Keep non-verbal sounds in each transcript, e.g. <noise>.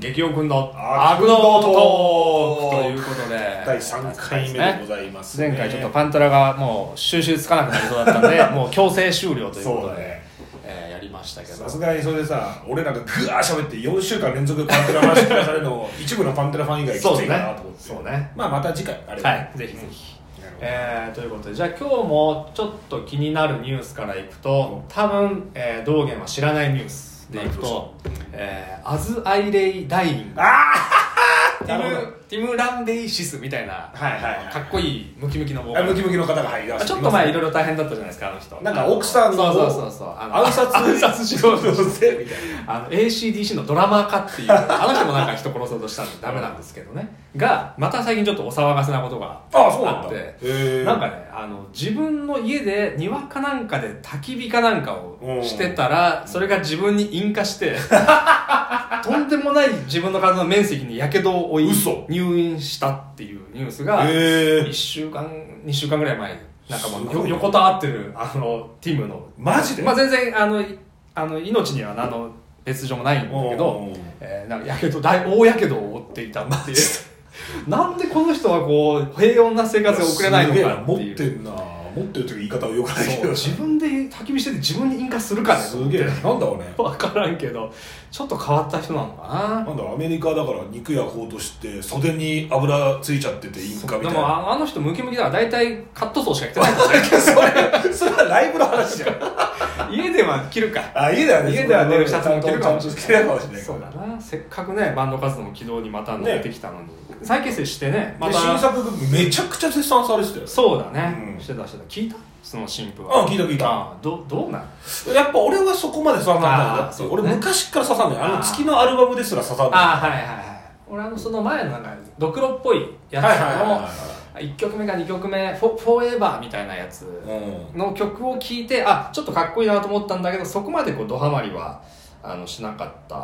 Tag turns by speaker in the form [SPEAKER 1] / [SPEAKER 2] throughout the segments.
[SPEAKER 1] 激おくんの
[SPEAKER 2] 悪
[SPEAKER 1] 悪
[SPEAKER 2] のト
[SPEAKER 1] のト
[SPEAKER 2] ー
[SPEAKER 1] ー
[SPEAKER 2] ク
[SPEAKER 1] クということで
[SPEAKER 2] 第3回目でございますね
[SPEAKER 1] 前回ちょっとパントラがもう収集つかなくなりそうだった
[SPEAKER 2] <laughs>
[SPEAKER 1] んでもう強制終了というこ
[SPEAKER 2] そう
[SPEAKER 1] と
[SPEAKER 2] だ
[SPEAKER 1] で、
[SPEAKER 2] ね
[SPEAKER 1] えーやりましたけど
[SPEAKER 2] さすがにそれでさ俺らがぐわーしゃべって4週間連続パンテラ話聞かされるの一部のパンテラファン以外き
[SPEAKER 1] そう
[SPEAKER 2] つ
[SPEAKER 1] で
[SPEAKER 2] い
[SPEAKER 1] す
[SPEAKER 2] かな
[SPEAKER 1] ね
[SPEAKER 2] と思って
[SPEAKER 1] そうね
[SPEAKER 2] まあまた次回あれば
[SPEAKER 1] はいぜひぜひ、
[SPEAKER 2] なるほど
[SPEAKER 1] えーということでじゃあ今日もちょっと気になるニュースからいくと多分、えー道元は知らないニュースでいくと「えーアズ・アイレイ・ダイイング」テ
[SPEAKER 2] なるほ
[SPEAKER 1] ィ
[SPEAKER 2] ど
[SPEAKER 1] ムティム・ランデイシスみたいな、
[SPEAKER 2] はいはいはい
[SPEAKER 1] かっこいいムキムキのボーカ
[SPEAKER 2] あ
[SPEAKER 1] ル
[SPEAKER 2] ムキムキの方が入りだして
[SPEAKER 1] ちょっと前いろいろ大変だったじゃないですかあの人
[SPEAKER 2] なんか奥さんの
[SPEAKER 1] そうそうそうそうあの
[SPEAKER 2] 暗殺
[SPEAKER 1] 暗殺しようとし
[SPEAKER 2] み
[SPEAKER 1] て
[SPEAKER 2] たい
[SPEAKER 1] あの ACDC のドラマーかっていうあの人もなんか人殺そうとしたんでダメなんですけどねがまた最近ちょっとお騒がせなことが
[SPEAKER 2] あそうなん
[SPEAKER 1] あ
[SPEAKER 2] だ
[SPEAKER 1] って
[SPEAKER 2] へー
[SPEAKER 1] なんかねあの自分の家で庭かなんかで焚き火かなんかをしてたらそれが自分に引火して <laughs> とんでもない自分の体の面積にやけどを負い
[SPEAKER 2] 嘘
[SPEAKER 1] 入院したっていうニュースが
[SPEAKER 2] へー
[SPEAKER 1] 1週間2週間ぐらい前になんか
[SPEAKER 2] す
[SPEAKER 1] も
[SPEAKER 2] ご
[SPEAKER 1] う
[SPEAKER 2] い
[SPEAKER 1] よ横たわってるあのティムの
[SPEAKER 2] マジで
[SPEAKER 1] まあ、全然あのいあの命には何の別状もないんだけ
[SPEAKER 2] おうお
[SPEAKER 1] ど
[SPEAKER 2] うおう、
[SPEAKER 1] えーなんかやけど大大やけどを負っていたんだっていう
[SPEAKER 2] <laughs>
[SPEAKER 1] なんでこの人はこう平穏な生活を送れないのかって
[SPEAKER 2] す
[SPEAKER 1] い
[SPEAKER 2] げ
[SPEAKER 1] う
[SPEAKER 2] えな持ってんな持ってるという言い方はよくないけ
[SPEAKER 1] そう
[SPEAKER 2] <laughs> ど
[SPEAKER 1] 自分で焚き火してて自分に引火するかね
[SPEAKER 2] すげえなんだろうね
[SPEAKER 1] 分からんけどちょっと変わった人なのかな
[SPEAKER 2] なんだアメリカだから肉焼こうとして袖に油ついちゃっててインカみ
[SPEAKER 1] で
[SPEAKER 2] たい
[SPEAKER 1] も
[SPEAKER 2] な
[SPEAKER 1] ああの人ムキムキだから大体カットソーしか着
[SPEAKER 2] <laughs>
[SPEAKER 1] てないんですよ
[SPEAKER 2] それそれはライブの話じゃん
[SPEAKER 1] 家では着るか
[SPEAKER 2] <laughs> あ家ではね
[SPEAKER 1] 家ではねシャツも着てるかもし
[SPEAKER 2] ち
[SPEAKER 1] れ
[SPEAKER 2] ゃん
[SPEAKER 1] ない
[SPEAKER 2] と着てるかもしれない
[SPEAKER 1] そうだなせっかくねバンド活動も軌道にまた乗ってきたのに、再結成してねま
[SPEAKER 2] で新
[SPEAKER 1] た
[SPEAKER 2] 作めちゃくちゃ絶賛されてたよ
[SPEAKER 1] そうだね、
[SPEAKER 2] うん
[SPEAKER 1] してたしてた聞いたその新婦は
[SPEAKER 2] うん聞いた聞いた
[SPEAKER 1] ああどどうなん
[SPEAKER 2] やっぱ俺はそこまで刺さんないんだ
[SPEAKER 1] あー
[SPEAKER 2] だって
[SPEAKER 1] そうね
[SPEAKER 2] 俺昔から刺さんないあ
[SPEAKER 1] あ
[SPEAKER 2] の
[SPEAKER 1] ー
[SPEAKER 2] 月のアルバムですら刺さんない
[SPEAKER 1] ああはいはいはい俺あのその前のなんかドクロっぽいや
[SPEAKER 2] はいはいはいは
[SPEAKER 1] つの1曲目か2曲目「フォフォーエバー」みたいなやつ
[SPEAKER 2] うん
[SPEAKER 1] の曲を聴いてあちょっとかっこいいなと思ったんだけどそこまでこうドハマりはあのしなかった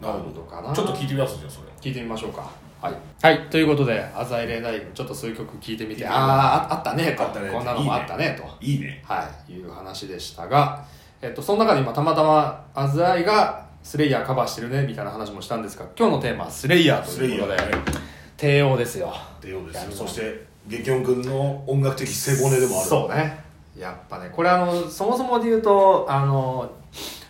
[SPEAKER 2] なるほ
[SPEAKER 1] の
[SPEAKER 2] ど
[SPEAKER 1] かな
[SPEAKER 2] ちょっと聞いてみますじゃあそれ
[SPEAKER 1] 聞いてみましょうかはい、はい、ということで「アザイレイダイブ」ちょっと数曲聞いてみて
[SPEAKER 2] 聞いてみよう
[SPEAKER 1] ああああったねと
[SPEAKER 2] あったね
[SPEAKER 1] こんなのもあったねと
[SPEAKER 2] いいね
[SPEAKER 1] はい、いう話でしたが、えっと、その中で今たまたま「アザイがスレイヤーカバーしてるねみたいな話もしたんですが今日のテーマは「スレイヤー」ということで
[SPEAKER 2] スレイヤー
[SPEAKER 1] 帝王ですよ
[SPEAKER 2] ってようです
[SPEAKER 1] や
[SPEAKER 2] よ
[SPEAKER 1] る
[SPEAKER 2] そして激音くんの音楽的背骨でもある
[SPEAKER 1] そうねやっぱねこれあのそもそもで言うとあの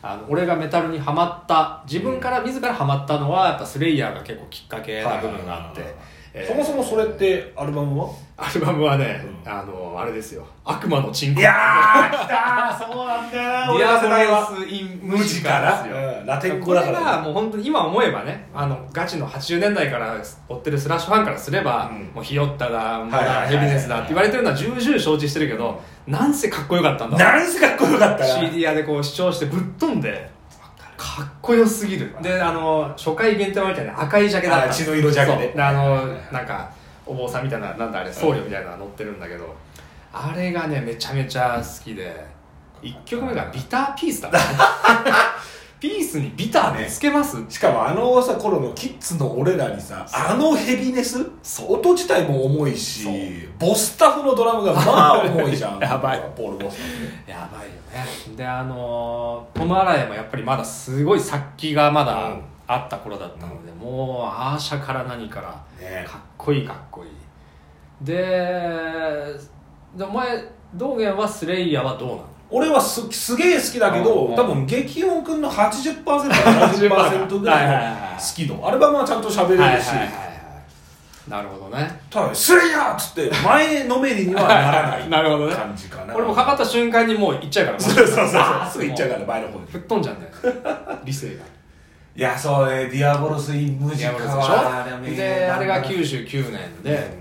[SPEAKER 1] あの俺がメタルにはまった自分から自らはまったのはやっぱスレイヤーが結構きっかけな部分があって、
[SPEAKER 2] はい
[SPEAKER 1] えー
[SPEAKER 2] そもそもそれってアルバムは
[SPEAKER 1] アルバムはね、
[SPEAKER 2] うん
[SPEAKER 1] あのあれですよ「悪魔の鎮魂」
[SPEAKER 2] いやー来たーそうなんだよな
[SPEAKER 1] デ
[SPEAKER 2] 俺
[SPEAKER 1] ィ
[SPEAKER 2] ら
[SPEAKER 1] ア
[SPEAKER 2] 世
[SPEAKER 1] ブ
[SPEAKER 2] 代
[SPEAKER 1] ラ
[SPEAKER 2] は
[SPEAKER 1] イス・イン・
[SPEAKER 2] 無
[SPEAKER 1] ム
[SPEAKER 2] 地
[SPEAKER 1] ジ
[SPEAKER 2] か
[SPEAKER 1] カ
[SPEAKER 2] ら
[SPEAKER 1] ですよ、
[SPEAKER 2] うんラテン
[SPEAKER 1] こ
[SPEAKER 2] 語
[SPEAKER 1] れ
[SPEAKER 2] だから
[SPEAKER 1] がもう本当に今思えばねあのガチの80年代から追ってるスラッシュファンからすれば、
[SPEAKER 2] うん
[SPEAKER 1] もうひよっただもう
[SPEAKER 2] はいはいはいはい
[SPEAKER 1] ヘビネスだって言われてるのは重々承知してるけどなんせかっこよかったんだわ
[SPEAKER 2] なんすかっこよかったな
[SPEAKER 1] CD 屋でこう視聴してぶっ飛んでかっこよすぎるであの初回限定版みたいな赤いジャケだっ
[SPEAKER 2] あ
[SPEAKER 1] た
[SPEAKER 2] 血の色ジャケね
[SPEAKER 1] そうであのなんかお坊さんみたいななんだあれ僧侶みたいなの乗ってるんだけどあれがねめちゃめちゃ好きで1曲目がビターピースだ <laughs> ったねピースにビターでつけます、
[SPEAKER 2] しかもあのさ頃のキッズの俺らにさあのヘビネス音自体も重いし
[SPEAKER 1] そう
[SPEAKER 2] ボスタフのドラムがまあ重いじゃん
[SPEAKER 1] <laughs> やばい
[SPEAKER 2] ポール・ボスタ
[SPEAKER 1] やばいよねであのー、トム・アライもやっぱりまだすごい殺気がま
[SPEAKER 2] う
[SPEAKER 1] だ
[SPEAKER 2] ん
[SPEAKER 1] あった頃だったので、もうアーシャから何から
[SPEAKER 2] フね
[SPEAKER 1] かっこいいかっこいいででお前道元はスレイヤーはどうなの
[SPEAKER 2] 俺はすすげえ好きだけど、
[SPEAKER 1] うん
[SPEAKER 2] 多分激音くんの80%か70%ぐ
[SPEAKER 1] はいはい
[SPEAKER 2] らい
[SPEAKER 1] はいは
[SPEAKER 2] の
[SPEAKER 1] い
[SPEAKER 2] 好き度アルバムはちゃんと喋れるし、
[SPEAKER 1] はいはいはいはいなるほどね
[SPEAKER 2] ただ「スレイヤー!」っつって前のめりにはならない
[SPEAKER 1] <laughs> なるほどね
[SPEAKER 2] 感じかな
[SPEAKER 1] 俺もかかった瞬間にもう行っちゃうから
[SPEAKER 2] そうそう
[SPEAKER 1] <laughs>
[SPEAKER 2] そうそう
[SPEAKER 1] あ
[SPEAKER 2] すぐ行っちゃうから前の方に
[SPEAKER 1] 吹っ飛んじゃうんだよ
[SPEAKER 2] <laughs>
[SPEAKER 1] ね理性が
[SPEAKER 2] いやそうねディアボロス・イン・ムジカは
[SPEAKER 1] でしょであれが99年で、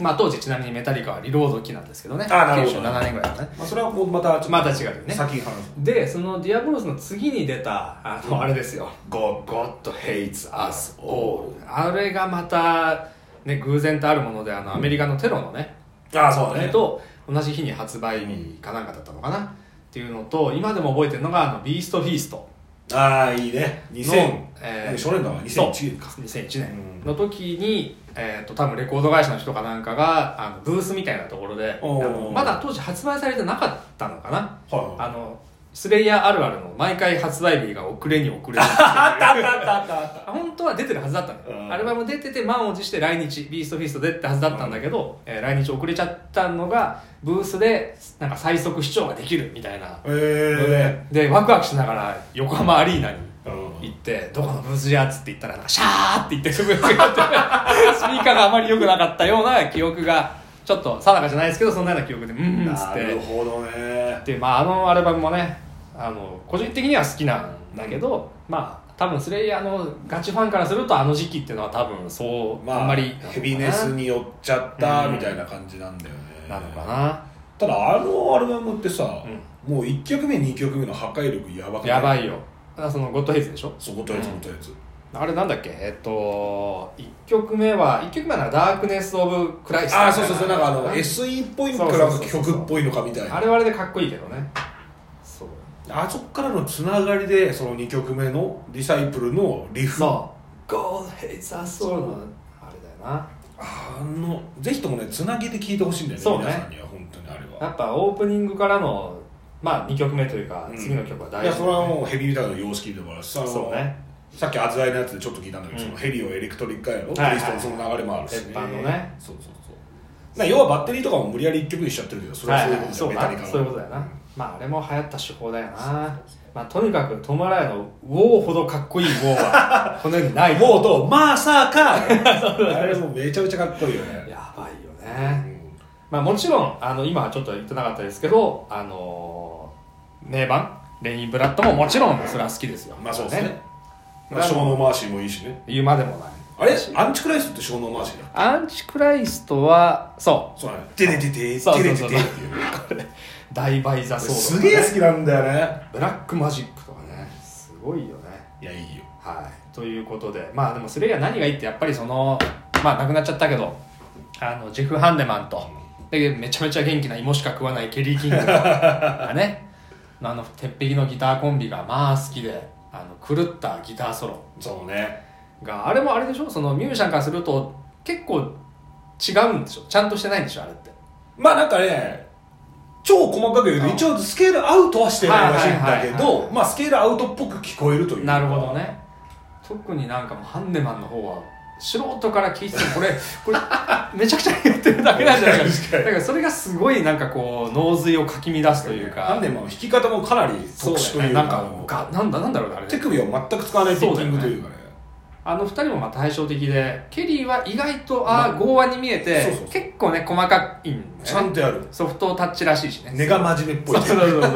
[SPEAKER 1] まあ当時ちなみにメタリカはリロード期なんですけどね
[SPEAKER 2] あなるほど
[SPEAKER 1] 97年ぐらいだね
[SPEAKER 2] まあ、それはもうまたちょっと
[SPEAKER 1] また違うよね
[SPEAKER 2] 先に話す
[SPEAKER 1] でそのディアブロスの次に出たあの、あれですよ
[SPEAKER 2] God
[SPEAKER 1] God hates us all あれがまた、ね、偶然とあるものであのアメリカのテロのね、
[SPEAKER 2] ああそう
[SPEAKER 1] あ
[SPEAKER 2] だ
[SPEAKER 1] れ
[SPEAKER 2] ね
[SPEAKER 1] と同じ日に発売日かなんかだったのかな、っていうのと今でも覚えてるのがあのビーストフィースト
[SPEAKER 2] ああいいね2000
[SPEAKER 1] の、えー
[SPEAKER 2] 初年だわ2001年か
[SPEAKER 1] そう2001年の時に、えー、と多分レコード会社の人かなんかがあのブースみたいなところであ
[SPEAKER 2] おー
[SPEAKER 1] のまだ当時発売されてなかったのかな
[SPEAKER 2] はいはい
[SPEAKER 1] あのスレイヤーあるあるの毎回発売日が遅れに遅れるっていう
[SPEAKER 2] あったあったあったあったあった
[SPEAKER 1] 本当は出てるはずだったの
[SPEAKER 2] う
[SPEAKER 1] よ、
[SPEAKER 2] ん
[SPEAKER 1] アルバム出てて満を持して来日ビーストフィスト出てたはずだったんだけど、えー来日遅れちゃったのがブースでなんか最速視聴ができるみたいなので
[SPEAKER 2] え
[SPEAKER 1] でワクワクしながら横浜アリーナに
[SPEAKER 2] え
[SPEAKER 1] 行って「どこのブースじゃ?」っつって言ったらなんかシャーって言って <laughs> るブースがあってスピーカーがあまり良くなかったような記憶がちょっと定かじゃないですけどそんなような記憶で「うん」っつ
[SPEAKER 2] な
[SPEAKER 1] っ
[SPEAKER 2] る
[SPEAKER 1] て。
[SPEAKER 2] ほどね
[SPEAKER 1] でまあ、あのアルバムもねあの個人的には好きなんだけど、まあ多分スレイヤーのガチファンからするとあの時期っていうのは多分そう、
[SPEAKER 2] まあ
[SPEAKER 1] あんまり
[SPEAKER 2] ヘビネスに寄っちゃった
[SPEAKER 1] うん
[SPEAKER 2] みたいな感じなんだよね
[SPEAKER 1] なのかな、
[SPEAKER 2] ただあのアルバムってさ、もう1曲目2曲目の破壊力やばくない
[SPEAKER 1] やば
[SPEAKER 2] い
[SPEAKER 1] いよだからそのゴッドヘイズでしょ
[SPEAKER 2] そことやつことやつ、
[SPEAKER 1] あれなんだっけえっと1曲目は1曲目はなんかダークネス・オブ・クライス
[SPEAKER 2] ああそうそうそうなんかあの
[SPEAKER 1] うん
[SPEAKER 2] SE っぽいのからの
[SPEAKER 1] そうそうそうそう
[SPEAKER 2] 曲っぽいのかみたいな
[SPEAKER 1] あれはあれでかっこいいけどねそう
[SPEAKER 2] あそこからのつながりでその2曲目の「リサイプル」のリフあ
[SPEAKER 1] うゴッドヘイズ・アソルあれだよな
[SPEAKER 2] のぜひともねつなぎで聴いてほしいんだよね
[SPEAKER 1] そうね
[SPEAKER 2] 皆さんには本当にあれ
[SPEAKER 1] や
[SPEAKER 2] は
[SPEAKER 1] っぱオープニングからのまあ2曲目というか、
[SPEAKER 2] うん
[SPEAKER 1] 次の曲は大
[SPEAKER 2] い
[SPEAKER 1] 事
[SPEAKER 2] やそれはもうヘビーメタルの様式でもあるしさあの
[SPEAKER 1] そうね
[SPEAKER 2] さっき「あずらい」のやつでちょっと聞いたんだけど、
[SPEAKER 1] うん
[SPEAKER 2] そのヘビーをエレクトリックやろ、
[SPEAKER 1] はいはい
[SPEAKER 2] クリストのその流れもあるし、
[SPEAKER 1] 鉄板のね
[SPEAKER 2] そうそうそうな要はバッテリーとかも無理やり1曲にしちゃってるけどそれはそういうこと
[SPEAKER 1] そう
[SPEAKER 2] だよ、メ
[SPEAKER 1] な
[SPEAKER 2] タリカの
[SPEAKER 1] そういうことだよなまああれも流行った手法だよなまあとにかくトマラヤの「ウォー」ほどかっこいい「ウォー」
[SPEAKER 2] <laughs>
[SPEAKER 1] はこの世にない
[SPEAKER 2] もうとまさかあれもめちゃめちゃかっこいいよね
[SPEAKER 1] やばいよ
[SPEAKER 2] う
[SPEAKER 1] ね、
[SPEAKER 2] ん
[SPEAKER 1] まあ、もちろんあの今はちょっと言ってなかったですけどあのー名盤レイン・ブラッドももちろんそれは好きですよ
[SPEAKER 2] まあそうですね
[SPEAKER 1] まあ
[SPEAKER 2] ショーノマーシーもいいしね
[SPEAKER 1] 言うまでもない
[SPEAKER 2] あれアンチクライストってショーノマーシーだ
[SPEAKER 1] アンチクライストはそう
[SPEAKER 2] そうだねテレテテ
[SPEAKER 1] そう
[SPEAKER 2] テ
[SPEAKER 1] そ
[SPEAKER 2] レ
[SPEAKER 1] うそ
[SPEAKER 2] テ
[SPEAKER 1] う
[SPEAKER 2] テっていう
[SPEAKER 1] これダイバイ・ザ・ソード
[SPEAKER 2] すげえ好きなんだよね
[SPEAKER 1] ブラックマジックとかねすごいよね
[SPEAKER 2] いやいいよ
[SPEAKER 1] はいということでまあでもスレイヤー何がいいってやっぱりそのまあ亡くなっちゃったけどあのジェフ・ハンデマンとでめちゃめちゃ元気な芋しか食わないケリー・キングと <laughs> かねあの鉄壁のギターコンビがまあ好きであの狂ったギターソロ
[SPEAKER 2] そうね
[SPEAKER 1] があれもあれでしょそのミュージシャンからすると結構違うんでしょちゃんとしてないんでしょあれって
[SPEAKER 2] まあなんかね超細かく言う
[SPEAKER 1] うん
[SPEAKER 2] と一応スケールアウトはしてないらしいんだけ
[SPEAKER 1] はいはいはいは
[SPEAKER 2] どまあスケールアウトっぽく聞こえるというか
[SPEAKER 1] なるほどね特になんかもうハンデマンの方は素人から聞いててもこれ <laughs> これめちゃくちゃやってるだけなんじゃないか
[SPEAKER 2] 確かに
[SPEAKER 1] だからそれがすごいなんかこう脳髄をかき乱すというか
[SPEAKER 2] ハンデマンは弾き方もかなり
[SPEAKER 1] そう
[SPEAKER 2] 特殊と
[SPEAKER 1] だ
[SPEAKER 2] い
[SPEAKER 1] よね
[SPEAKER 2] う
[SPEAKER 1] なん
[SPEAKER 2] か
[SPEAKER 1] かがなんだなんだろうねあれ
[SPEAKER 2] 手首を全く使わないピッキングというかね
[SPEAKER 1] あの二人もまあ対照的でケリーは意外とああ剛腕に見えて
[SPEAKER 2] そうそうそう
[SPEAKER 1] 結構ね細かいんだ
[SPEAKER 2] ち
[SPEAKER 1] よ
[SPEAKER 2] ゃ
[SPEAKER 1] ね
[SPEAKER 2] んとやる
[SPEAKER 1] ソフトタッチらしいしね
[SPEAKER 2] 根が真面目っぽい
[SPEAKER 1] そうそうそうそう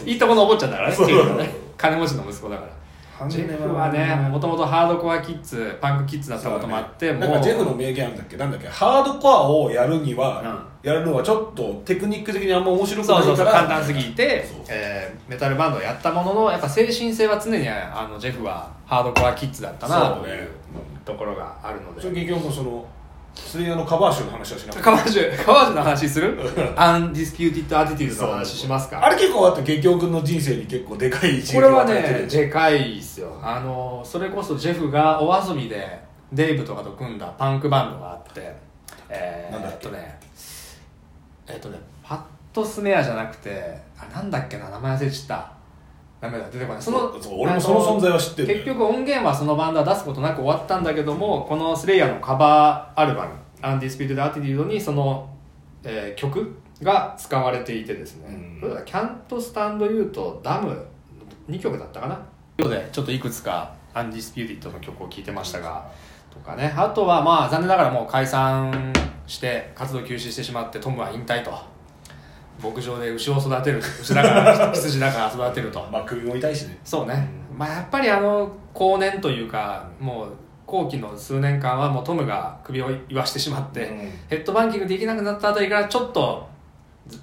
[SPEAKER 2] <laughs> そう
[SPEAKER 1] いいとこのお坊ちゃんだからね
[SPEAKER 2] そう
[SPEAKER 1] ケリーはね金持ちの息子だから
[SPEAKER 2] ハンデ
[SPEAKER 1] ジェ
[SPEAKER 2] マン
[SPEAKER 1] フはねもともとハードコアキッズパンクキッズだったこともあって
[SPEAKER 2] なん
[SPEAKER 1] もう
[SPEAKER 2] かジェフの名言あるんだっけなんだっけハードコアをやるには、やるのはちょっとテクニック的にあんま面白くないから
[SPEAKER 1] そうそうそう簡単すぎて
[SPEAKER 2] そう、
[SPEAKER 1] えーメタルバンドをやったもののやっぱ精神性は常にあのジェフはハードコアキッズだったな
[SPEAKER 2] そう
[SPEAKER 1] と
[SPEAKER 2] ね
[SPEAKER 1] いうところがあるの
[SPEAKER 2] それ
[SPEAKER 1] で
[SPEAKER 2] 結局もうそのスレイヤーのカバー集の話はしなかった
[SPEAKER 1] 川橋 <laughs> 川橋の話
[SPEAKER 2] <laughs>
[SPEAKER 1] するアンディスキューティッドアティティーズの話します
[SPEAKER 2] あ
[SPEAKER 1] か
[SPEAKER 2] れ結構あって結局君の人生に結構でかい一
[SPEAKER 1] こ
[SPEAKER 2] 撃
[SPEAKER 1] れ
[SPEAKER 2] を
[SPEAKER 1] は
[SPEAKER 2] 与えてる
[SPEAKER 1] ねでかいですよあのそれこそジェフがお遊びでデイブとかと組んだパンクバンドがあってえー
[SPEAKER 2] なんだっけ
[SPEAKER 1] えっとねえっとねパッドスネアじゃなくてあなんだっけな名前忘れちゃったダメだ出てこないその
[SPEAKER 2] そう俺もその存在は知ってる
[SPEAKER 1] 結局音源はそのバンドは出すことなく終わったんだけどもこのスレイヤーのカバーアルバム「アンディスピード・アティテュード」にその、えー曲が使われていてですね
[SPEAKER 2] うん
[SPEAKER 1] 「それだキャント・スタンド・ユー」と「ダム」2曲だったかなということでちょっといくつか「アンディスピューディット」の曲を聴いてましたがとかねあとはまあ残念ながらもう解散して活動休止してしまってトムは引退と牧場で牛を育てる牛だから羊だから育てると
[SPEAKER 2] まあ首も痛いしね
[SPEAKER 1] そうね、まあやっぱりあの後年というかもう後期の数年間はもうトムが首を言わしてしまって、
[SPEAKER 2] うん
[SPEAKER 1] ヘッドバンキングできなくなったあたりからちょっと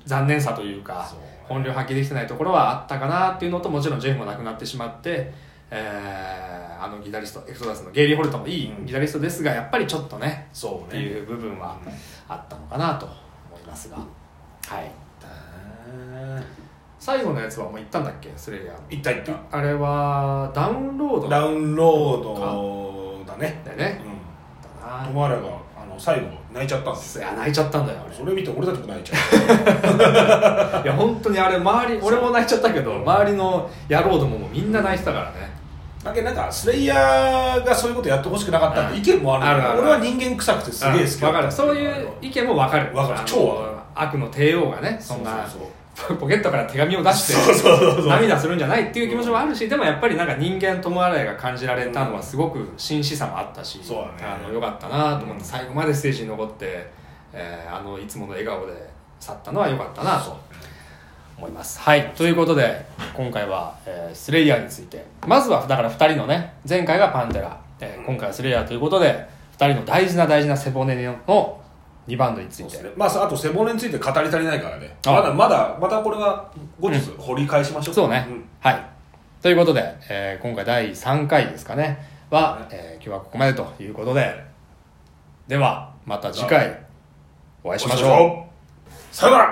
[SPEAKER 1] ざ残念さというか
[SPEAKER 2] そう
[SPEAKER 1] 本領発揮できてないところはあったかなっていうのともちろんジェフも亡くなってしまって、えーあのギタリストエクソダスのゲイリー・ホルトもいい
[SPEAKER 2] うん
[SPEAKER 1] ギタリストですがやっぱりちょっとね
[SPEAKER 2] そ
[SPEAKER 1] っ
[SPEAKER 2] う
[SPEAKER 1] て
[SPEAKER 2] ね
[SPEAKER 1] いう部分はあったのかなと思いますが、はい
[SPEAKER 2] あ
[SPEAKER 1] 最後のやつはもう言ったんだっけスレイヤーの
[SPEAKER 2] ーいったいった
[SPEAKER 1] あれはダウンロード
[SPEAKER 2] ダウンロードだね
[SPEAKER 1] だよね
[SPEAKER 2] う、ん
[SPEAKER 1] だな
[SPEAKER 2] トマラがあの最後泣いちゃったんです
[SPEAKER 1] いや泣いちゃったんだよあれ
[SPEAKER 2] それ見て俺たちも泣いちゃ
[SPEAKER 1] いや本当にあれ周り俺も泣いちゃったけど周りの野郎どももみんな泣いてたからね
[SPEAKER 2] うだけどなんかスレイヤーがそういうことやってほしくなかったって意見もある,、
[SPEAKER 1] あるある
[SPEAKER 2] 俺は人間臭くてすげえ好き
[SPEAKER 1] わ
[SPEAKER 2] だ
[SPEAKER 1] か
[SPEAKER 2] った
[SPEAKER 1] るそういう意見もわかる
[SPEAKER 2] わかる
[SPEAKER 1] あの
[SPEAKER 2] 超わかる
[SPEAKER 1] 悪の帝王がねそんな
[SPEAKER 2] そうそう
[SPEAKER 1] <laughs> ポケットから手紙を出して
[SPEAKER 2] そうそうそうそう
[SPEAKER 1] 涙するんじゃないっていう気持ちもあるしでもやっぱりなんか人間友洗いが感じられたのはすごく真摯さもあったし、
[SPEAKER 2] そうだね
[SPEAKER 1] あのよかったなと思って
[SPEAKER 2] うん
[SPEAKER 1] 最後までステージに残って、えーあのいつもの笑顔で去ったのはよかったなと思います。はいということで今回は、えースレイヤーについてまずはだから2人のね前回がパンテラ、えー今回はスレイヤーということで2人の大事な大事な背骨の2バンドについ
[SPEAKER 2] そう
[SPEAKER 1] て
[SPEAKER 2] ですねまあさあと背骨について語り足りないからね
[SPEAKER 1] あ
[SPEAKER 2] まだまだまたこれは後日掘り返しましょう
[SPEAKER 1] そうね、
[SPEAKER 2] ん
[SPEAKER 1] はいということで、えー今回第3回ですかねは、えー今日はここまでということでではまた次回お会いしましょう
[SPEAKER 2] さよなら